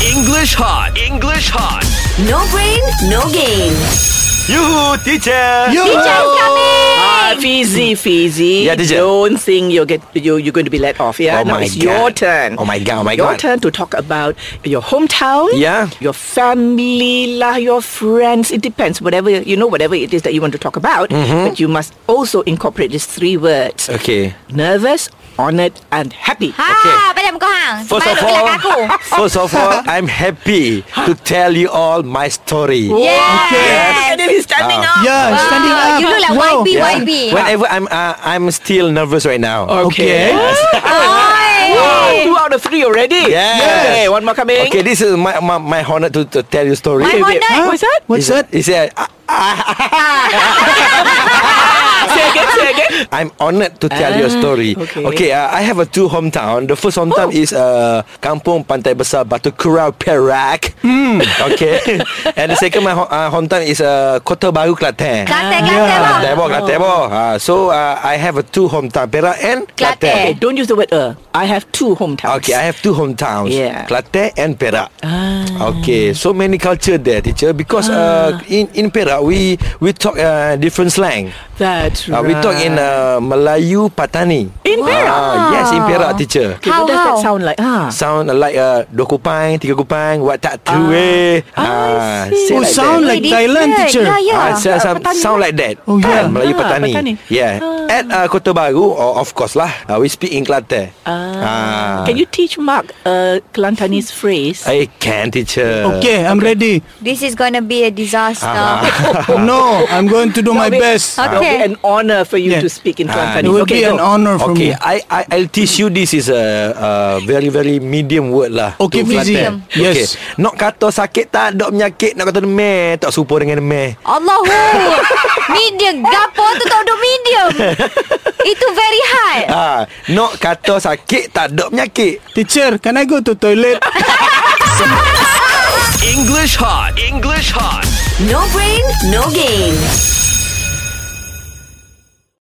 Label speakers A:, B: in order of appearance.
A: English hot. English hot.
B: No brain, no game.
A: Yoo-hoo, teacher.
C: You
D: Ah, Fizi, Fizi.
C: Yeah, teacher.
D: Don't think you're get you you're going to be let off.
C: Oh
D: Yeah, now
C: my
D: it's your
C: God.
D: turn.
C: Oh my God, oh my
D: your
C: God.
D: turn to talk about your hometown.
C: Yeah.
D: Your family lah, your friends. It depends. Whatever you know, whatever it is that you want to talk about, but you must also incorporate these three words:
C: Mm-hmm. Okay.
D: nervous, honored, and happy.
B: Ha,
C: Okay.
B: padam kau hang.
C: First
B: Sebab
C: of
B: duk
C: all,
B: belakang aku.
C: first of all, I'm happy to tell you all my story.
B: Yeah.
D: Yes. And then he's standing
C: Ah.
D: up.
E: Yeah, standing
B: Wow,
E: up.
B: Ah, you look like
E: Wow.
B: YB,
C: Yeah.
B: YB.
C: Whenever I'm, uh, I'm still nervous right now.
E: Okay.
D: Wow, two out of three already.
C: Yes.
D: Okay, one more coming.
C: Okay, this is my my, my honor to, to tell you story.
B: My
D: wait,
B: honor.
D: huh? What's that?
E: What's
C: Is-
E: that?
C: Is uh, that I-
D: Ah, say again. Say again.
C: I'm honored to tell you a story.
D: Ah, okay. Oh.
C: okay uh, I have a two hometown. The first hometown is uh, Kampung Pantai Besar Batu Kurau Perak.
D: Hmm.
C: Okay. and the second my ho- uh, hometown is uh, Kota Baru Kelantan.
B: Kelate, kelate, bang.
C: Kelantan, Kelantan.
D: Oh.
C: Uh, so uh, I have a two hometown, Perak and
B: Kelantan.
C: Kelantan.
D: Okay, don't use the word uh. I have two hometowns.
C: Okay, I have two hometowns.
D: Yeah. Ah.
C: Klate and Perak. Okay, so many culture there, teacher. Because uh, in in Perak we we talk uh, different slang.
D: That's
C: Uh, We
D: right.
C: talk in uh, Melayu Patani.
D: In Perak?
C: Ah, yes, in Perak, teacher.
D: Okay,
B: How,
D: what does that
B: how?
D: sound like? Ah.
C: Sound like uh, dua kupang, tiga kupang, what tak tu eh. Ah, say
E: Oh,
C: like
E: sound
C: that.
E: like
B: Wait,
E: Thailand,
B: different.
E: teacher.
B: Yeah, yeah.
C: Ah, sound, sound,
B: Petani.
C: sound like that.
E: Oh, yeah. Ah.
C: Ah, Melayu
D: Ah,
C: Patani.
D: Patani.
C: Yeah. At uh, Kota Baru, oh, of course lah, uh, we speak in Kelantan. Ah.
D: Can you teach Mark a Kelantanese phrase?
C: I can, teacher.
E: Okay, I'm ready.
B: This is gonna be a disaster.
E: No, I'm going to do my best.
B: Okay.
D: It'll be an honor for you
E: Yeah.
D: to
C: Ah.
D: speak in
E: It
D: Kelantanese.
E: will
D: okay,
E: be an
D: go.
E: honor for
C: Okay,
E: me.
C: I, I I'll teach you this is a uh, very very medium word lah.
E: Okay,
C: to
E: Fizi.
C: Kelantan.
E: Medium.
C: Okay.
E: Yes.
C: Nak kata sakit tak, dok menyakit, nak kata meh, tak serupa dengan meh.
B: Allahu. medium. Gapo tu tak duduk medium. Itu very hard.
C: Ah, nak kata sakit tak, dok menyakit.
E: Teacher, can I go to toilet?
A: English hot. English hot.
B: No brain, no game.